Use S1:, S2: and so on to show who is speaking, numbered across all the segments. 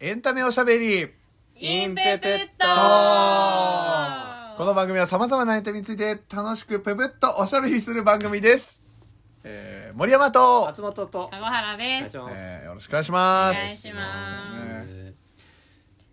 S1: エンタメおしゃべり
S2: インペプット
S1: この番組は様々なエンタメについて楽しくぷぷっとおしゃべりする番組です。えー、森山と、
S3: 松本と
S2: 籠原
S3: お願
S2: で
S3: いし
S2: す。
S3: ます、
S1: えー、よろしくお願いします。
S2: お願いします
S1: ね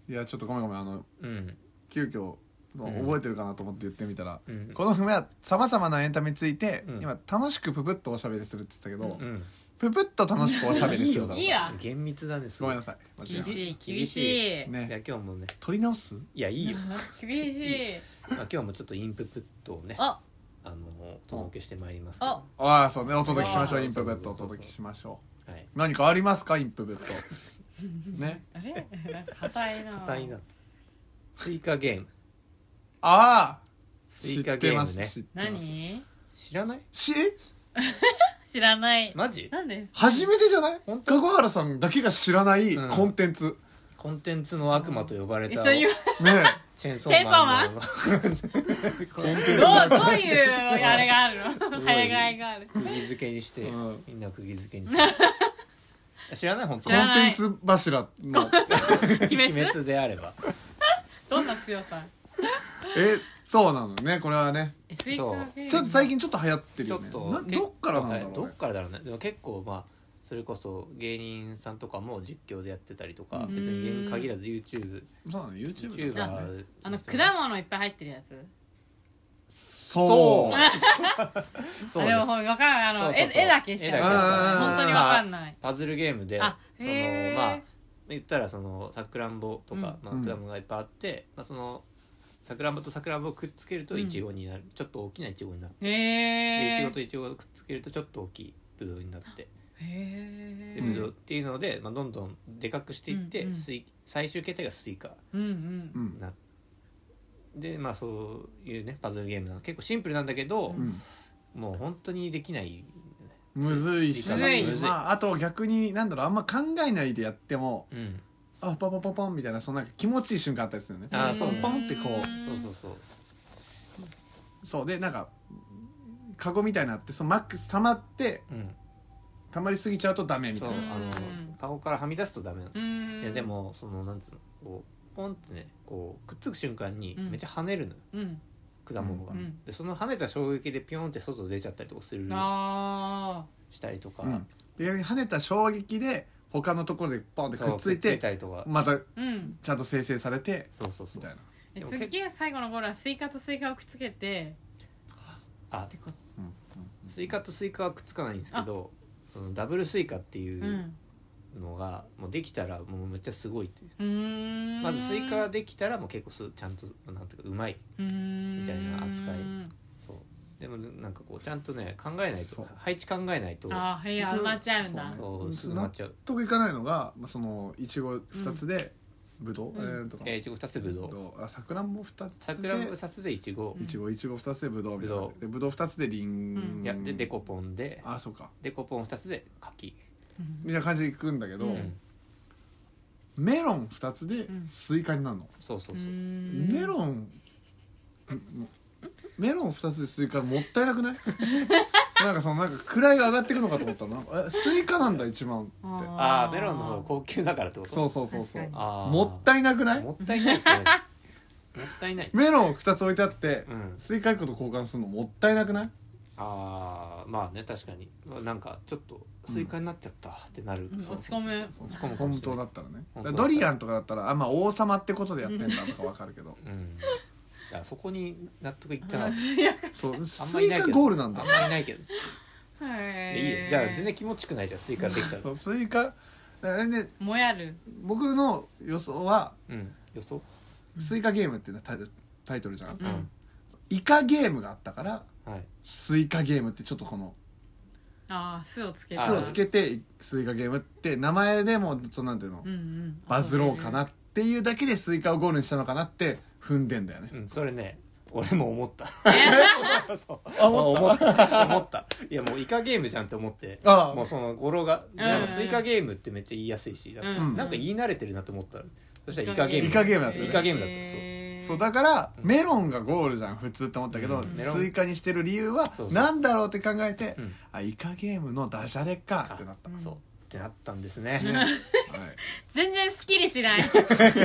S1: いや、ちょっとごめんごめん、あの、
S3: うん
S1: 急遽、その
S3: うん
S1: 覚えてるかなと思って言ってみたら、
S3: うん
S1: この組は様々なエンタメについて、
S3: うん
S1: 今楽しくぷぷっとおしゃべりするって言ってたけど、
S3: うん
S1: ぷぷっと楽しくおしゃべりするだろう
S2: いいよ
S3: 厳密だねす
S1: ごめんな
S3: さ
S1: さい。間違え
S2: 厳
S1: た
S2: しい、厳
S3: 厳し
S2: しい。
S3: いや
S1: ね、
S3: 今日もね
S1: 取り直す
S3: いやいいよ、
S2: 厳しい。
S3: まあ、今日もちょっとインププットをねあ
S2: あ、
S3: のお届けしてまいりますけど
S2: あ、
S1: ああ、そうね、お届けしましょう、
S3: あー
S1: インプブットお届けしましょ。
S3: はいう
S1: 何かありますか、インプブット。ね。
S2: あれなんか硬いな。
S3: 硬いな。スイカゲーム
S1: ああ
S3: ス
S1: 知
S3: イ
S1: っ
S3: カ
S1: て
S3: ゲー
S1: ま
S3: ム
S1: す
S3: ね
S1: 知ってます
S2: 何
S3: 知らない
S1: し
S2: 知らない。
S3: マジ
S2: なんで
S1: 初めてじゃない
S3: 本当
S1: 籠原さんだけが知らない
S3: うん
S1: コンテン ツ。
S3: コンテンツの悪魔と呼ばれ
S2: え、
S3: た
S2: そういう、
S1: ね
S3: チェーンソーマンの コンテンツ
S2: どう、どういうあれがあるの早
S3: い
S2: 替えがある。
S3: 釘付けにして、
S1: うん
S3: みんな釘付けにする 知らない本当
S2: 知ら
S1: コ
S2: な
S1: ンテ
S2: い
S1: ンツ柱 の。
S2: 鬼
S3: 鬼
S2: 滅
S3: 滅であれば
S2: どんな強さ
S1: え、そうなのね、これはね。
S2: え、スイカゲーム
S1: ちょっと最近ちょっと流行ってる
S3: ちょ
S1: よ
S3: っ
S1: ね。
S3: と
S1: な
S3: 結構
S1: どっからなんだろ
S3: ね
S1: う
S3: ど
S1: ね
S3: っ。からだろうねでも結構まあそれこそ芸人さんとかも実況でやってたりとか
S2: うん
S3: 別に芸人限らず YouTube
S1: そうなの、YouTube だからね。
S3: YouTuber
S2: あの、果物いっぱい入ってるやつ。
S1: そう。
S3: そう
S2: あ
S3: で
S2: れ
S3: す
S2: もほんわかんない。あ
S3: そう
S2: の、
S3: そう
S2: 絵
S3: そう
S2: 絵だけし
S3: 絵
S2: か
S3: だ
S1: けしか
S2: 本当にわかんない。
S3: パズルゲームでその
S2: あへー
S3: まあ言ったらそのさくらんぼとか、
S1: うん
S3: まあ、果物がいっぱいあって、まあ、そのさくらんぼとさくらんぼをくっつけるといちごになる、ちょっと大きないちごになって
S2: へ
S3: でいち
S2: え
S3: ご。といちごをくっつけるとちょっと大きいぶどうになって
S2: へ
S3: で
S2: え。
S3: ぶどうっていうので、まあ、どんどんでかくしていって、
S2: うんうん
S3: スイ最終形態がスイカ
S2: うんうん
S1: う。ん。
S3: なでまあそういうねパズルゲームなの結構シンプルなんだけど、
S1: うん
S3: もう本当にできない
S1: むず いし
S3: む
S2: ずい
S1: まあ、あと逆になんだろうあんま考えないでやっても
S3: うん
S1: あパンパンパンパンみたいなそのなんか気持ちいい瞬間あったりするよね
S3: あーそう
S1: ポンポンってこう
S3: そうそうそう
S1: そうでなんかカゴみたいなのあってそのマックス溜まって
S3: うん
S1: 溜まりすぎちゃうとダメみ
S3: そ
S1: た
S3: う
S1: い
S3: あ
S1: な
S3: の
S2: うん
S3: 顔からはみ出すとダメなの、
S2: うん
S3: いやでもそのなんつうのこうポンってねこうくっつく瞬間に
S2: うん
S3: めっちゃ跳ねるのよ、
S2: うん
S3: 果物が、
S2: うんうん
S3: でその跳ねた衝撃でピョンって外出ちゃったりとかする
S2: あ
S3: したりとか、
S1: うんで逆に跳ねた衝撃で他のところでポンって
S3: そう
S1: くっついて
S3: たりとか
S1: また
S2: ーうん
S1: ちゃんと生成されて
S3: そうそうそ
S1: み
S3: う
S1: たいな
S2: え
S3: でも
S2: すっげえ最後の頃はスイカとスイカをくっつけて
S3: あ
S2: ってこと
S1: うん
S3: スイカとスイカはくっつかないんですけどそのダブルスイカっていううんうのが、もうできたらもうめっちゃすごいっていう
S2: うーん
S3: まずスイカができたらもう結構すちゃんとなんていうかうまい
S2: み
S3: みたいな扱いそうでもなんかこうちゃんとね考えない
S1: そう
S3: と配置考えないと
S2: ああ部屋埋まっちゃうんだ
S3: そうすぐなっちゃう
S1: 納得いかないのがまあそのいちご2つでぶどうえ
S2: う
S1: ー
S2: ん
S1: とか
S3: えーいちご2つぶ
S1: ぶ
S3: どう
S1: どうあさくらんぼ2
S3: さ
S1: つ
S3: く
S1: で
S3: らんぼさすでいちご
S1: いちごいちご2つでぶどうみたいな
S3: ぶどう
S1: でぶどう2つでり
S2: うんん
S3: いやでデコポンで
S1: あそうか
S3: デコポン2つで柿
S1: みたいな感じでいくんだけど、
S3: うん
S1: メロン2つで
S2: うん
S1: スイカになるの、
S3: そうそう
S2: う
S3: そう
S2: ーん
S1: メロンメロン2つでスイカもったいなく ないなんかそのなんか位が上がっていくのかと思ったのえスイカなんだ一番って
S3: ああメロンの方が高級だからってこと
S1: そうそうそうそう
S2: 確か
S3: あー
S1: もったいなくない
S3: もったいないって何 もったいない
S1: メロン2つ置いてあって、
S3: うん
S1: スイカ1個と交換するのもったいなくない
S3: ああまあね確かになんかちょっとスイカになっちゃったってなる、
S2: ん
S3: そう
S2: 落ち込む
S3: そうそうそう落ち込むかも
S1: 本
S3: しれ
S1: 当
S3: な
S1: だ
S3: い
S1: ったらね
S3: 本当だったら
S1: ドリアンとかだったらあまあ王様ってことでやってんだとかわかる けど
S3: うんいやそこに納得いってない
S1: そう
S3: あんま
S1: ス
S3: り
S1: イ
S3: ないけ
S1: カ
S3: ど
S1: ゴールなんだ
S3: あんまりないけど
S2: へー
S3: いいよじゃあ全然気持ちくないじゃんスイカできたら
S1: そうスイカでで
S2: もやる
S1: 僕の予想は
S3: うん予想
S1: スイカゲームってタイトルタイトルじゃん、
S3: うん、
S1: イカゲームがあったから
S3: はい
S1: スイカゲームってちょっとこの
S2: ああ酢をつけた
S3: あー
S1: 巣をつけてスイカゲームって名前でもそのなんていうの、
S2: うんうん
S1: バズろうかなっていうだけでスイカをゴールにしたのかなって踏んでんだよね、
S3: うんそれね俺も思ったそう
S1: あ
S3: 思った思ったいやもうイカゲームじゃんって思って
S1: ああ
S3: もうその語呂がなんかスイカゲームってめっちゃ言いやすいしなんか,、
S2: うん
S3: なんか言い慣れてるなと思ったらそしたらイカゲーム
S1: イカゲームだったね
S3: イカゲームだったそう
S2: へー
S1: そうだからメロンがゴールじゃん普通って思ったけど、
S3: うんメロン
S1: スイカにしてる理由は
S3: そうそう
S1: なんだろうって考えて、
S3: うん
S1: あイカゲームのダジャレかってなった、
S3: そうってなったんですね
S1: ねはい
S2: 全然スッキリしない 全然なんか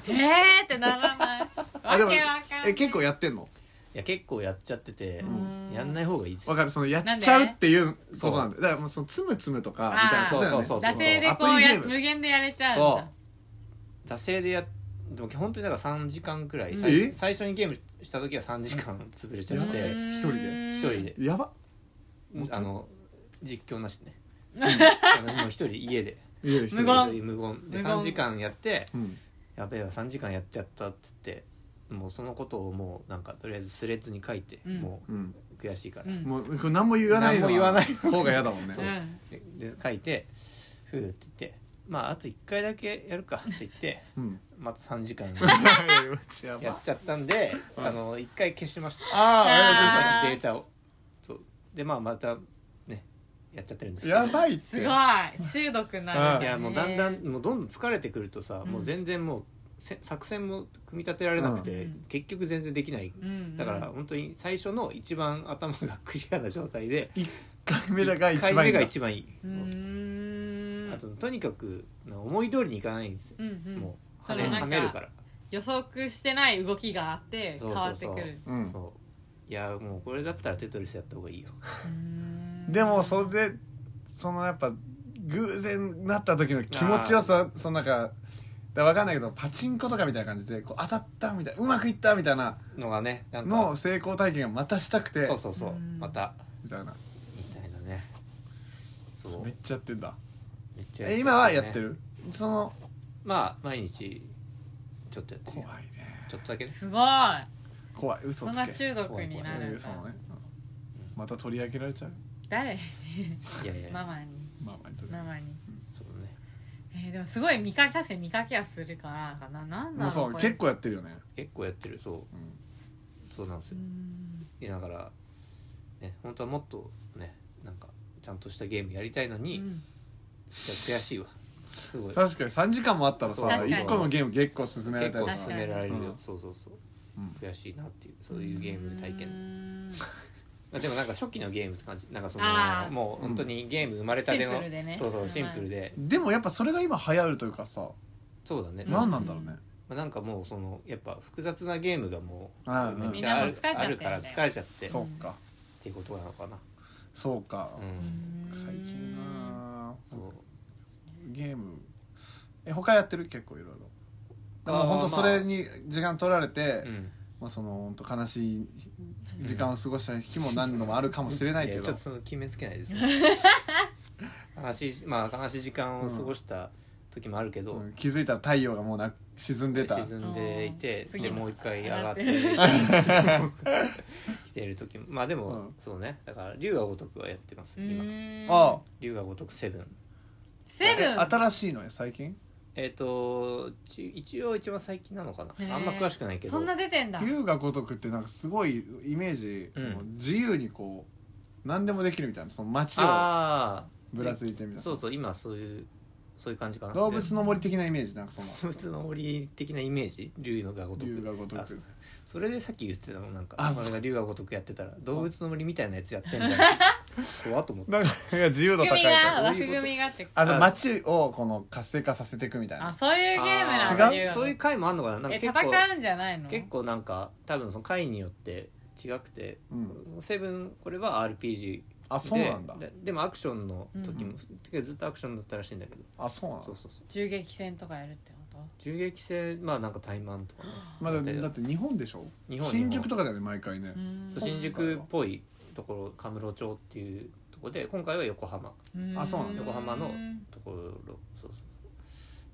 S2: 「えー!」ってならないわ
S1: あ
S2: け
S1: でも
S2: わかんない
S1: え結構やってんの
S3: いや結構やっちゃってて
S2: ん
S3: やんない方がいいです
S1: わかるそのや
S2: なん
S1: っ
S2: で
S1: ちゃうっていうことなんだだからもうそのつむつむとかみたいなことだよね
S3: そうそうそう
S2: 惰性で
S1: アプ
S2: こう
S1: リゲ
S2: や
S1: ーム
S2: 無限でやれちゃうん
S3: そ
S2: だ
S3: う惰性でやっでも本当になんか3時間くらい
S1: ん
S3: さい
S1: え
S3: 最初にゲームした時は3時間潰れちゃっ
S1: やば
S3: て
S1: い
S2: うん
S1: 一人で
S3: 一人で
S1: やば
S3: あの実況なしねあのもう一人家で
S1: いや一人
S2: 無言
S3: 無言で
S2: 無言
S3: 3時間やって
S1: うん
S3: やべえわ3時間やっちゃったっつってもうそのことをもうなんかとりあえずスレッズに書いて、
S2: うん
S3: も
S1: うん
S3: う悔しいから、
S2: うん
S1: もうこれ何も言わないの
S3: 何も言わない
S1: 方が嫌だもんね
S3: そうでで書いてふうって言ってまああと1回だけやるかって言って
S1: うん
S3: また3時間
S1: や
S3: や
S1: ば
S3: っちゃったんで、あの1回消しました
S1: あ
S2: あー
S3: データをそうでまあまたねやっちゃってるんです
S1: あ
S3: けど
S1: やばいっ
S2: す
S1: て
S2: ごい中毒になる
S3: い
S2: ね
S3: やもうだんだんもうどんどん疲れてくるとさ、
S2: うん
S3: もう全然もうせ作戦も組み立てられなくて、
S2: うん
S3: 結局全然できない、
S2: うんうん
S3: だから本当に最初の一番頭がクリアな状態で
S1: 一回目だが一
S3: 回
S1: 番いい
S3: 目
S1: んだ
S3: が一番いい、
S2: うーん
S3: あととにかく思い通りにいかないんですよ、
S2: うんうん
S3: もう
S2: そ
S3: は
S2: れ
S3: め
S2: なんか
S3: はめるから
S2: 予測してない動きがあって
S3: そ
S2: 変
S3: う
S2: わ
S3: そう
S2: ってく
S3: そう
S2: る
S1: うん
S3: そういやもうこれだったらテトリスやった方がいいよ
S2: うーん
S1: でもそれでそのやっぱ偶然なった時の気持ちよさそのなんかだ分かんないけどパチンコとかみたいな感じでこう当たったみたいなうまくいったみたいな
S3: の がねなんか
S1: の成功体験がまたしたくて
S3: そうそうそう
S2: うん
S3: また
S1: みたいな
S3: みたいなねそう
S1: めっちゃやってんだ
S3: めっちゃ
S1: え
S3: ね
S1: 今はやってるその
S3: まあ毎日ちょっとやってる
S1: 怖
S3: よ
S1: いね
S3: ちょっと だけね
S2: すごい
S1: 怖い嘘
S2: そん
S1: つ
S2: な
S1: け
S2: 中毒にな
S1: う
S2: る
S1: ん
S2: ん
S1: 嘘
S2: だ
S1: もねうんまた取り上げられちゃう
S2: 誰
S3: いやいや
S2: ママに
S1: まあまあ取り上
S2: ママに
S3: そうね
S2: えーでもすごい見かけ確かに見かけはするからなんかななん
S1: げも
S2: だろ
S1: う
S2: う
S1: そう
S2: これ
S1: 結構やってるよね
S3: 結構やってるそう
S1: うん
S3: そうなんです
S2: う
S3: よ
S2: ーん
S3: いやだからね本当はもっとねなんかちゃんとしたゲームやりたいの
S2: う
S3: に、いや
S2: ん
S3: 悔しいわすごい
S1: 確かに3時間もあったらさ
S3: そう
S2: 確かに
S1: 1個のゲーム結構進められ
S3: 結
S1: たり
S3: 構
S1: さ
S2: 確か
S3: 勧
S2: に
S3: められるよ、
S1: うん
S3: そうそうそう、
S1: うん
S3: 悔しいなっていうそういうゲーム体験
S2: うーん
S3: あでもなんか初期のゲームって感じなんかその
S2: あー
S3: もう本当にゲーム生まれたての、
S2: シンプルでね
S3: そうそうシンプルで、
S1: でもやっぱそれが今流行るというかさ
S3: そうだね、
S1: 何なんだろうね
S3: まあ、なんかもうそのやっぱ複雑なゲームがも
S1: あ
S3: う
S1: ー
S3: めっちゃあ
S2: みんなもう
S3: る
S2: 疲れちゃって
S3: あるから疲れちゃってっ
S1: そうか
S3: ていうことなのかな、
S1: そうか
S3: うん、
S1: 最近な
S3: そう
S1: ゲームえ他やってる結構いろいろでも
S3: あー
S1: 本当
S3: まあ
S1: それに時間取られて
S3: うん
S1: まあその本当悲しい時間を過ごした日も何度もあるかもしれない
S3: い
S1: け
S3: やち
S1: ど
S3: ょっとその決めつけな いですよ悲しいまあ悲しい時間を過ごした時もあるけど、
S1: うん気づいたら太陽がもうな沈んでた
S3: 沈んでいて
S2: うん
S3: でもう一回上がって
S2: 上
S3: 来てる時もまあでも、
S1: うん
S3: そうねだから龍が如くはやってます今
S1: ああ
S3: 龍が如くセブン
S2: セブン
S1: え新しいのよ最近
S3: えっ、とち一応一番最近なのかな
S2: へー
S3: あんま詳しくないけど
S2: そんな出てんだ
S1: 龍が如くってなんかすごいイメージ、
S3: うん
S1: その自由にこう何でもできるみたいなその街を
S3: ああ
S1: ぶらついてみたい
S3: そう
S1: な
S3: そう今そういうそういう感じかな
S1: 動物の森的なイメージなんかその
S3: 動物の森的なイメージ龍のが如
S1: 龍
S3: く
S1: が如
S3: あ
S1: く
S3: それでさっき言ってたのなんか
S1: あ
S3: 俺が龍が如くやってたら動物の森みたいなやつやってん じゃんそうあと思って
S1: なんか自由度
S2: 枠
S1: 高い
S2: 組み
S1: から
S2: が
S3: ど
S2: 枠
S3: ういうこと
S2: 組みがって
S1: あと街をこの活性化させていくみたい
S2: あ
S1: な
S2: そういうゲームなん
S1: あ
S2: だ
S1: ー違
S2: 龍が
S3: そういう回もあんのかななんか
S2: え
S3: 結構
S2: 戦うんじゃないの
S3: 結構なんか多分その回によって違くて、
S1: う
S3: セブンこれは RPG で
S1: あそうなんだ
S3: ででもアクションの時も、
S1: う
S3: てかずっとアクションだったらしいんだけど、
S1: あそうなの
S3: そうそうそう
S2: 銃撃戦とかやるってこ
S3: 銃撃戦まあなんかタイマンとかね、
S1: まあ、だって
S3: や
S1: だ
S3: っ
S1: って日本でしょ
S3: 日本
S1: 新宿とかだよね毎回ね
S2: とう
S3: そ
S2: ー
S3: うん新宿っぽいところ神室町っていうところで今回は横浜
S2: うーん
S1: あそうなの
S3: 横浜のところそうそうそう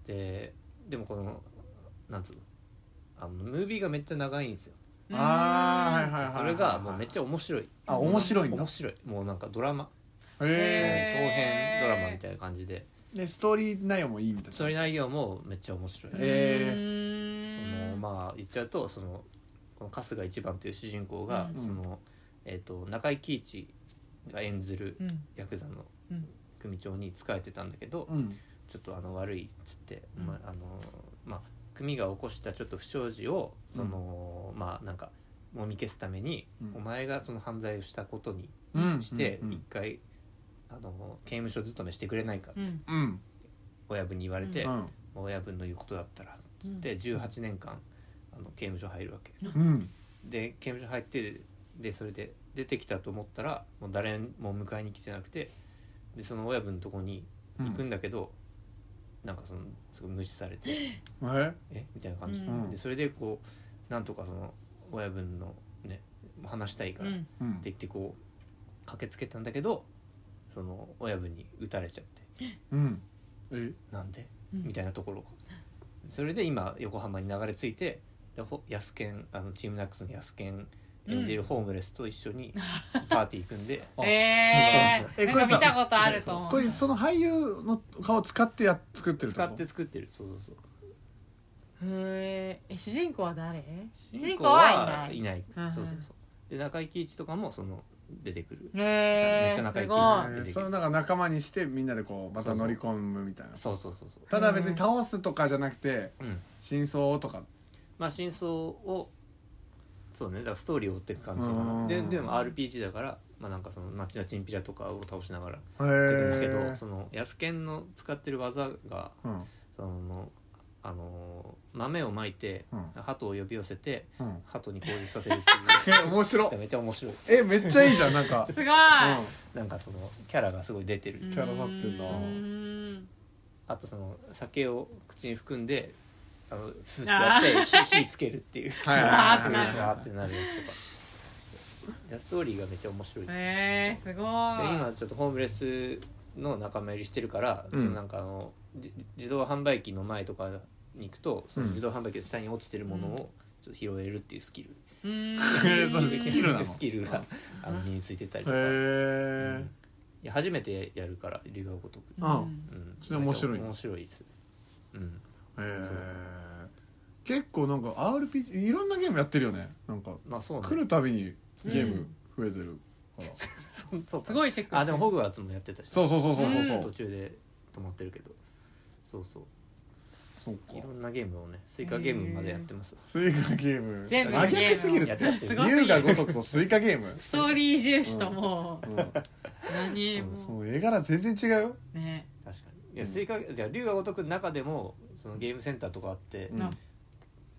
S3: ででもこのなんつうのあのムービーがめっちゃ長いんですよ
S1: ああはいはいはい
S3: それがもうめっちゃ面白い
S1: あ面白いんだ
S3: 面白いもうなんかドラマ長
S1: へ
S3: 編
S2: へー
S3: ドラマみたいな感じで
S1: えでストーリー内容もいいみたい
S3: それ内容もめっちゃ面白い、
S1: えへー
S3: そのまあ言っちゃうとそのこの春日一番という主人公が、
S1: うん
S3: その、えー、と中井貴一が演ずるヤクザの組長に仕えてたんだけど、
S1: なうん
S3: ちょっとあの悪いっつって、
S2: うん
S3: まああのまあ、組が起こしたちょっと不祥事をその、まあなんかもみ消すために、
S1: うん
S3: お前がその犯罪をしたことに
S1: うん
S3: して
S1: うん
S3: 一回、あの刑務所勤めしてくれないか、
S2: うん
S1: うん
S3: 親分に言われて、
S1: う
S3: まあ
S1: ん
S3: 親分の言うことだったらっつって18年間あの刑務所入るわけ
S1: うん
S3: で刑務所入ってでそれで出てきたと思ったらもう誰も迎えに来てなくてでその親分のとこに行くんだけど、なんかそのすごい無視されて
S1: え
S3: えみたいな感じ、
S2: うん
S3: でそれでこうなんとかその親分のね話したいから、
S2: う
S3: って
S2: ん
S1: うん
S3: 言ってこう駆けつけたんだけどその親分に撃たれちゃって
S1: うんえ
S3: なんで、
S2: うん
S3: みたいなところそれで今横浜に流れ着いてでほヤスケンあのチームナックスのヤスケン演じるホームレスと一 緒にパーティー行くんで、
S1: あ
S2: え
S1: そうそうえ
S2: ー、
S1: これ
S2: なん
S1: さ
S2: か見たことあると思う
S1: これその俳優の顔使ってや作ってる
S3: 使
S1: こ
S3: って作ってるそうそうそう
S2: へーえ主人公は誰主人公
S3: 主
S2: はい
S3: 人
S2: ない
S3: 公
S2: うんうん
S3: そうそうそうで中井貴一とかもその出てくる
S2: へ
S3: めっちゃ
S2: ー
S3: 仲い
S2: す
S3: い
S2: ご
S3: っ
S2: い
S1: えーそのなんか仲間にしてみんなでこうまた乗り込むみたいな
S3: そうそうそうそう
S1: ただ別に倒すとかじゃなくて
S3: うん
S1: 真相とか
S3: まあ真相をそうねだからストーリーを追っていく感じか
S1: う
S3: なんででも RPG だからまあなんかその町のチンピラとかを倒しながら
S1: へ
S3: やっていくんだけど、
S1: え
S3: そのヤスケンの使ってる技が
S1: うん
S3: そのあのー豆をまいて、
S1: うん
S3: 鳩を呼び寄せて
S1: うん
S3: 鳩に攻撃させる っていう
S1: 面白
S3: めっちゃ面白い
S1: えめっちゃいいじゃんなんか
S2: すごい
S3: なんかそのキャラがすごい出てる、
S1: キャラ立ってんな
S2: うーん
S3: あとその酒を口に含んであのふってやって火火つける っていう
S1: はいはい
S2: はい
S3: ふ
S2: はい
S3: わーってなるやつとかでストーリーがめっちゃ面白い、で
S2: へーすごい
S3: 今ちょっとホームレスの仲間入りしてるから、
S1: うん
S3: そのなんかあのじ自動販売機の前とかに行くとその
S1: うん
S3: 自動販売機の下に落ちてるものをちょっと拾えるっていうスキル、
S2: うーん
S1: そうですスキルなの
S3: スキルがあの身についてたりとか、
S1: へえ
S3: いや初めてやるから留学ごとく、
S1: う
S2: うん
S1: ん
S3: うん
S1: それ面白いね
S3: 面白いですうん
S1: へえ結構なんか RPG いろんなゲームやってるよねなんか
S3: まあそう
S1: 来
S3: ね
S1: るたびにゲーム増えてるから、
S3: そうそう
S2: すごいチェックしてる
S3: あでもホグワーツもやってたし
S1: そうそうそうそうそうそううん
S3: 途中で止まってるけどそうそう
S1: そっ
S3: い
S1: か
S3: ろんなゲームをねスイカゲームまでやってます、
S1: スイカゲーム
S2: 全部の
S1: 真
S2: ゲーム
S1: 逆すぎる
S3: や
S1: っ
S3: ってちゃって
S2: す
S3: る
S2: ごい
S1: 龍が如くとスイカゲーム
S2: ストーリー重視ともう
S1: うん
S2: 何
S1: そ
S2: も
S1: の絵柄全然違うよ
S2: ね
S3: 確かにいやスイカじゃあ龍が如くの中でもそのゲームセンターとかあって、
S1: うん
S2: あ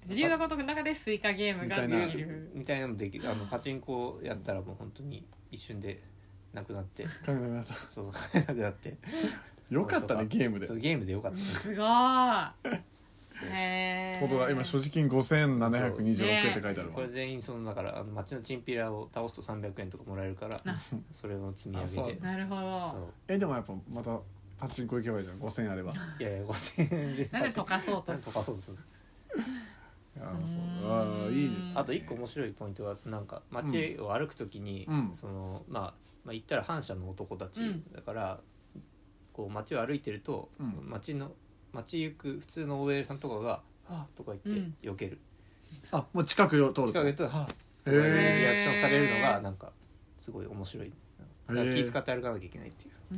S2: 留学の中でスイカゲーム
S1: みた
S2: が
S1: いな
S2: できる
S3: みたいなのもできるあのパチンコやったらもう本当に一瞬でなく なって
S1: 神の皆さん
S3: そうそうなくなって
S1: よかったねゲームで
S3: そうゲームでよかった、
S2: すごいへえ
S1: ほど今所持金5726円って書いてある
S3: こ
S1: わ
S3: れ全員そのだからあの町のチンピラを倒すと300円とかもらえるから
S2: な
S3: それを積み上
S1: あそ
S3: げ
S1: う
S3: て
S2: なるほど
S3: そ
S1: えでもやっぱまたパチンコ行けばいいじゃん5000円あればいや
S3: ういやいや5000円で
S2: なんで溶かそうと
S3: なんで溶かそうとする
S1: そうああいいですね
S3: あと一個面白いポイントはなんか街を歩くときに、
S1: うん
S3: そのまあ、まあ、言ったら反社の男たち、
S2: うん
S3: だからこう街を歩いてると、
S1: うん
S3: その街の街行く普通の OL さんとかが「はぁ」とか言っ
S2: うん
S3: て避ける、
S1: あもう近くを通る
S3: 近くで言うと「はぁ」とかいう
S1: へ
S2: ー
S3: リアクションされるのがなんかすごい面白いだから
S1: へー
S3: 気遣って歩かなきゃいけないっていう、
S2: う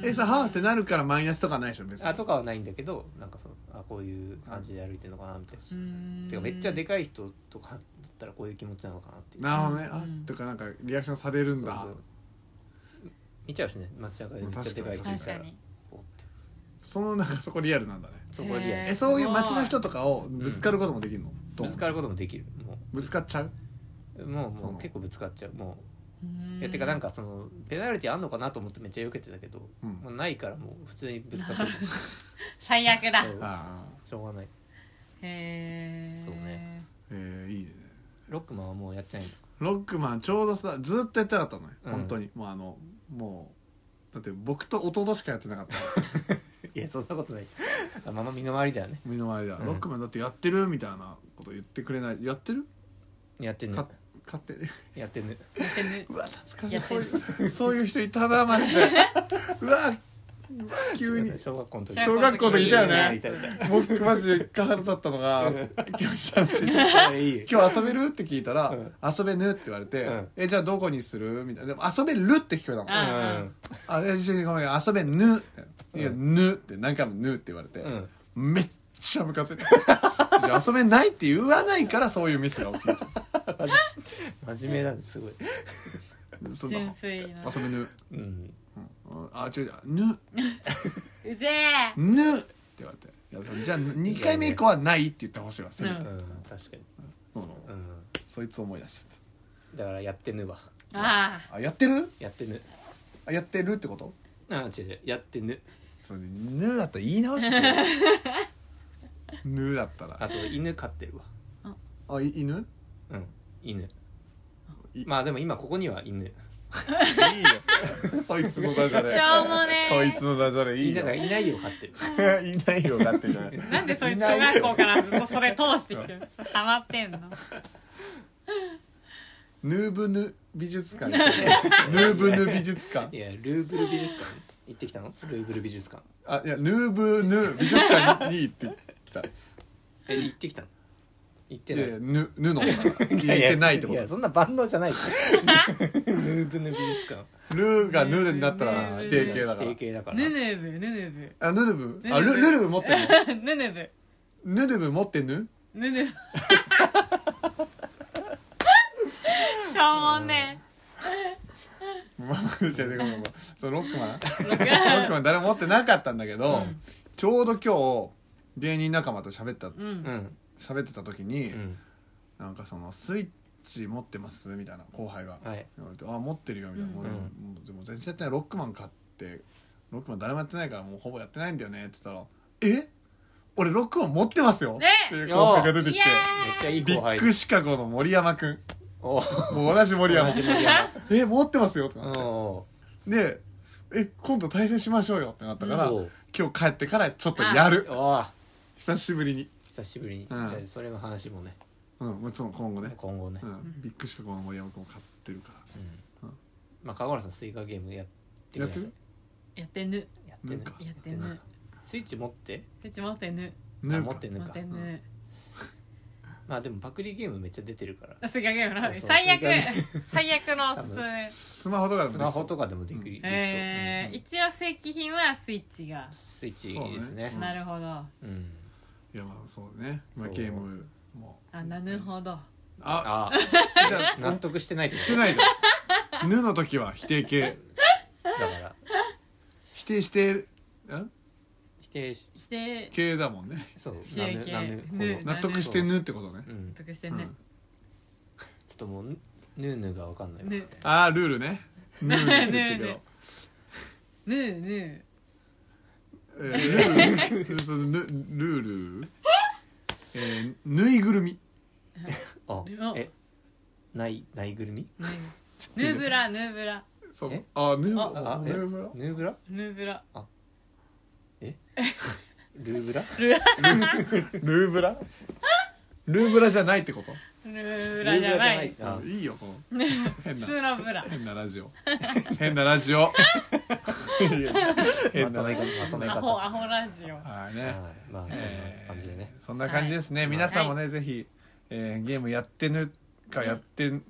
S2: ーん
S1: えさはあってなるからマイナスとかないでしょ別に
S3: あとかはないんだけどなんかそのあこういう感じで歩いてるのかなみたいな、
S2: うーん
S3: てかめっちゃでかい人とかだったらこういう気持ちなのかなっていう
S1: なるほどね、
S2: うんうん
S1: あとかなんかリアクションされるん
S3: そう
S1: だ
S3: そう見ちゃうしね街中でめっちゃでかい人い
S2: 確
S3: た
S2: からに
S3: おって
S1: そのなんかそこリアルなんだね
S3: そこはリア
S2: へ
S3: ル
S2: ー
S1: えそういう街の人とかをぶつかることもできるの、どう
S3: ぶつかることもできるも
S1: ぶつかっちゃう
S3: うもう
S1: そ
S3: も
S1: の
S3: う結構ぶつかっちゃうも
S2: うー
S3: うんいやてかなんかそのペナルティあんのかなと思ってめっちゃ避けてたけど、
S1: うん
S3: もうないからもう普通にぶつかってる
S2: 最悪だ
S3: そう
S1: ああ
S3: しょうがない
S2: へえ
S3: そうね
S1: えー、いいね
S3: ロックマンはもうやってないんですか
S1: ロックマンちょうどさずっとやってなかったのね、
S3: うん
S1: 本当にもうあのもうだって僕と弟しかやってなかった
S3: いやそんなことないあまあまあ身の回りだよね
S1: 身の回りでは、
S3: うん
S1: ロックマンだってやってるみたいなこと言ってくれないやってる
S3: やってん
S1: か
S3: の
S1: 買って
S3: やってんの
S2: やってね
S1: うわ懐かし
S2: や
S1: い
S2: っ
S1: そう
S2: て
S1: いうそういう人いたなマジでうわうわ急に
S3: 小学校の時
S1: 小学校の時いたよね
S3: いたいたい
S1: 僕マジで一回腹立ったのがキムちゃんちに
S3: たいいよ
S1: 今日遊べるって聞いたら「
S3: うん
S1: 遊べぬ」って言われて「
S3: うん
S1: えじゃあどこにする?」みたいなでも「遊べる」って聞こえたもん「
S2: あ
S1: あえじゃあごめん遊べぬ」って「いや
S3: う
S1: ぬ」って何回も「ぬ」って言われて、
S3: うん
S1: めっちゃムカつい ていや遊べないって言わないからそういうミスが起きる
S3: うん真面目なんですごい
S1: そんな
S2: 純粋な
S1: 遊べぬ
S3: うん
S1: うんあ違う違うぬ
S2: ううぜえ
S1: ぬって言われていやそれじゃあ2回目以降はないって言ってほしいわせめて、
S2: う
S3: うん確かに
S1: うん
S3: うん
S1: そいつ思い出しちゃっ
S3: だからやってぬわ
S2: あ
S1: たあやってる
S3: やってぬ
S1: あやってるってこと
S3: あ違う違うやってぬ
S1: それでぬだったら言い直して くれぬだったら
S3: あと犬飼ってるわ
S1: あい 犬
S3: うん犬
S1: い
S3: まあでも今ここには犬
S1: いいよそいつのダジャ
S2: あ
S1: レ
S2: しょうもねえ
S1: そいつのダジャレいい
S3: 犬
S1: よ
S3: がいないよ飼ってる
S1: いないよだってい ない
S2: なんでそいつ
S1: い
S2: 小
S1: ない
S2: 学校からずっとそれ通してきてるハマってんの
S1: ヌーブヌ美術館ヌーブヌ美術館
S3: いやルーブル美術館行ってきたのルーブル美術館
S1: あいやヌーブヌ美術館に行ってきたい
S3: え行ってきたの行ってな
S1: や
S3: い
S1: いやヌヌの方だから行ってないってこ
S3: やそんな万能じゃ ないルーブル美術館
S1: とルーがヌーになったら
S2: うん
S1: 否定形だか
S3: 指定
S1: ら
S3: 系だか
S2: ヌ
S3: ら
S2: ヌブヌヌブ
S1: あヌヌブあ
S2: ヌ
S1: ル
S2: ヌブ
S1: ルルブ持ってんの
S2: ヌヌブ
S1: ヌヌブ持ってぬ
S2: ヌヌブしょうもね
S1: ママじゃねごめんごめんそのロックマンロックマン誰も持ってなかったんだけどちょうど今日芸人仲間と喋った
S2: えうん
S3: うん
S1: 喋ってた時に
S3: うん
S1: なんかそのスイッチ持ってますみたいな後輩が
S3: はい
S1: 言われて「あ持ってるよ」みたいな「もう
S3: うん
S1: もうでも全然やってないロックマン買ってロックマン誰もやってないからもうほぼやってないんだよね」って言ったら「え俺ロックマン持ってますよ」
S2: ね
S1: っていう後輩が出てき
S2: イ
S1: て
S2: エ
S3: めっちゃいい
S1: ビ
S3: 後
S1: ッ
S3: 輩
S1: グシカゴの森山くん
S3: お
S1: もう同じ森山え持ってますよ」ってなって
S3: お
S1: で「え今度対戦しましょうよ」ってなったから
S3: うん
S1: 今日帰ってからちょっとやる
S3: お
S1: 久しぶりに
S3: 久しぶりに
S1: うん
S3: いやそれの話もね
S1: うんもちろん今後ね
S3: 今後ね
S1: うんビッグシカゴの森山くんも買ってるから
S3: まあ川原さんスイカゲームやってください
S1: やっ
S2: ーやってぬ
S3: やって
S1: なん
S3: ね
S1: か
S2: やってぬ
S3: スイッチ持って
S2: うち持ってぬ
S1: ね
S3: あ持って
S2: 持
S3: ぬ
S2: っ
S3: か
S2: てぬ
S3: まあでもパクリゲームめっちゃ出てるから
S2: すげえな
S3: そうそう
S2: 最悪
S3: すげえ
S2: 最悪のおすすめ
S1: スマホとかでもできそ
S3: スマ
S1: う
S3: ホとかでもできるできそう
S2: えー、一応正規品はスイッチが
S3: うん、スイッチいいですね
S1: そうね
S2: なるほど
S3: うん
S1: いやまあそうね、まあ、
S3: そう
S1: ゲームも
S2: あなるほど
S1: あ
S3: あ
S1: じゃ
S3: あ納得してないって
S1: あ
S3: こ
S1: してないじゃん「ぬ」の時は否定形
S3: とだから
S1: 否定してるん
S3: 否定し
S2: して
S1: 形だもんね
S3: そう
S2: 否
S3: な
S2: 定
S3: ぬ
S2: 形
S3: なぬ
S2: ぬ
S3: この
S1: 納得して「ぬ」ってことね
S3: うん
S2: 納
S3: ちょ
S2: 得してね、
S3: っともうぬーぬーがわかんないわ
S2: ぬ
S1: ああルールね「ぬ」って言ってる けど
S2: ぬぬ
S1: えールールそのぬルールえーぬいぐるみ
S3: あ
S2: うん
S3: えないないぐるみ
S2: ぬぬーブラぬーブラ
S1: そう
S3: え
S1: あぬ
S3: あ
S1: あ
S3: え
S1: ぬぶら
S3: ぬーブラ
S2: ぬーブラ
S3: ルーブラ
S2: ルラ
S1: ルーブラルーブラじゃないってこと
S2: ルーブラじゃない
S3: ルーブラじゃないあ
S1: いいよこの変
S2: 普
S1: な
S2: 通のブラ
S1: 変なラジオ変なラ ジオ変なラジオ
S3: まとめ
S2: アホアホラジオ
S1: はいね、
S3: はいまあそんな感じでね
S1: そんな感じですね、皆さんもね、ぜひ、えーゲームやってぬかやってぬ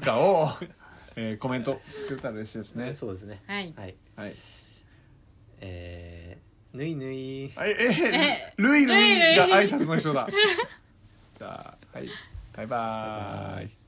S1: かを、 えーコメントくれたら嬉しいですね
S3: そうですね
S2: はい
S3: はい
S1: はい
S3: えーぬいぬい
S1: あええ
S2: え
S1: ルイルイ
S2: ルイルイ
S1: が挨拶の人だじゃあはいバイバーイ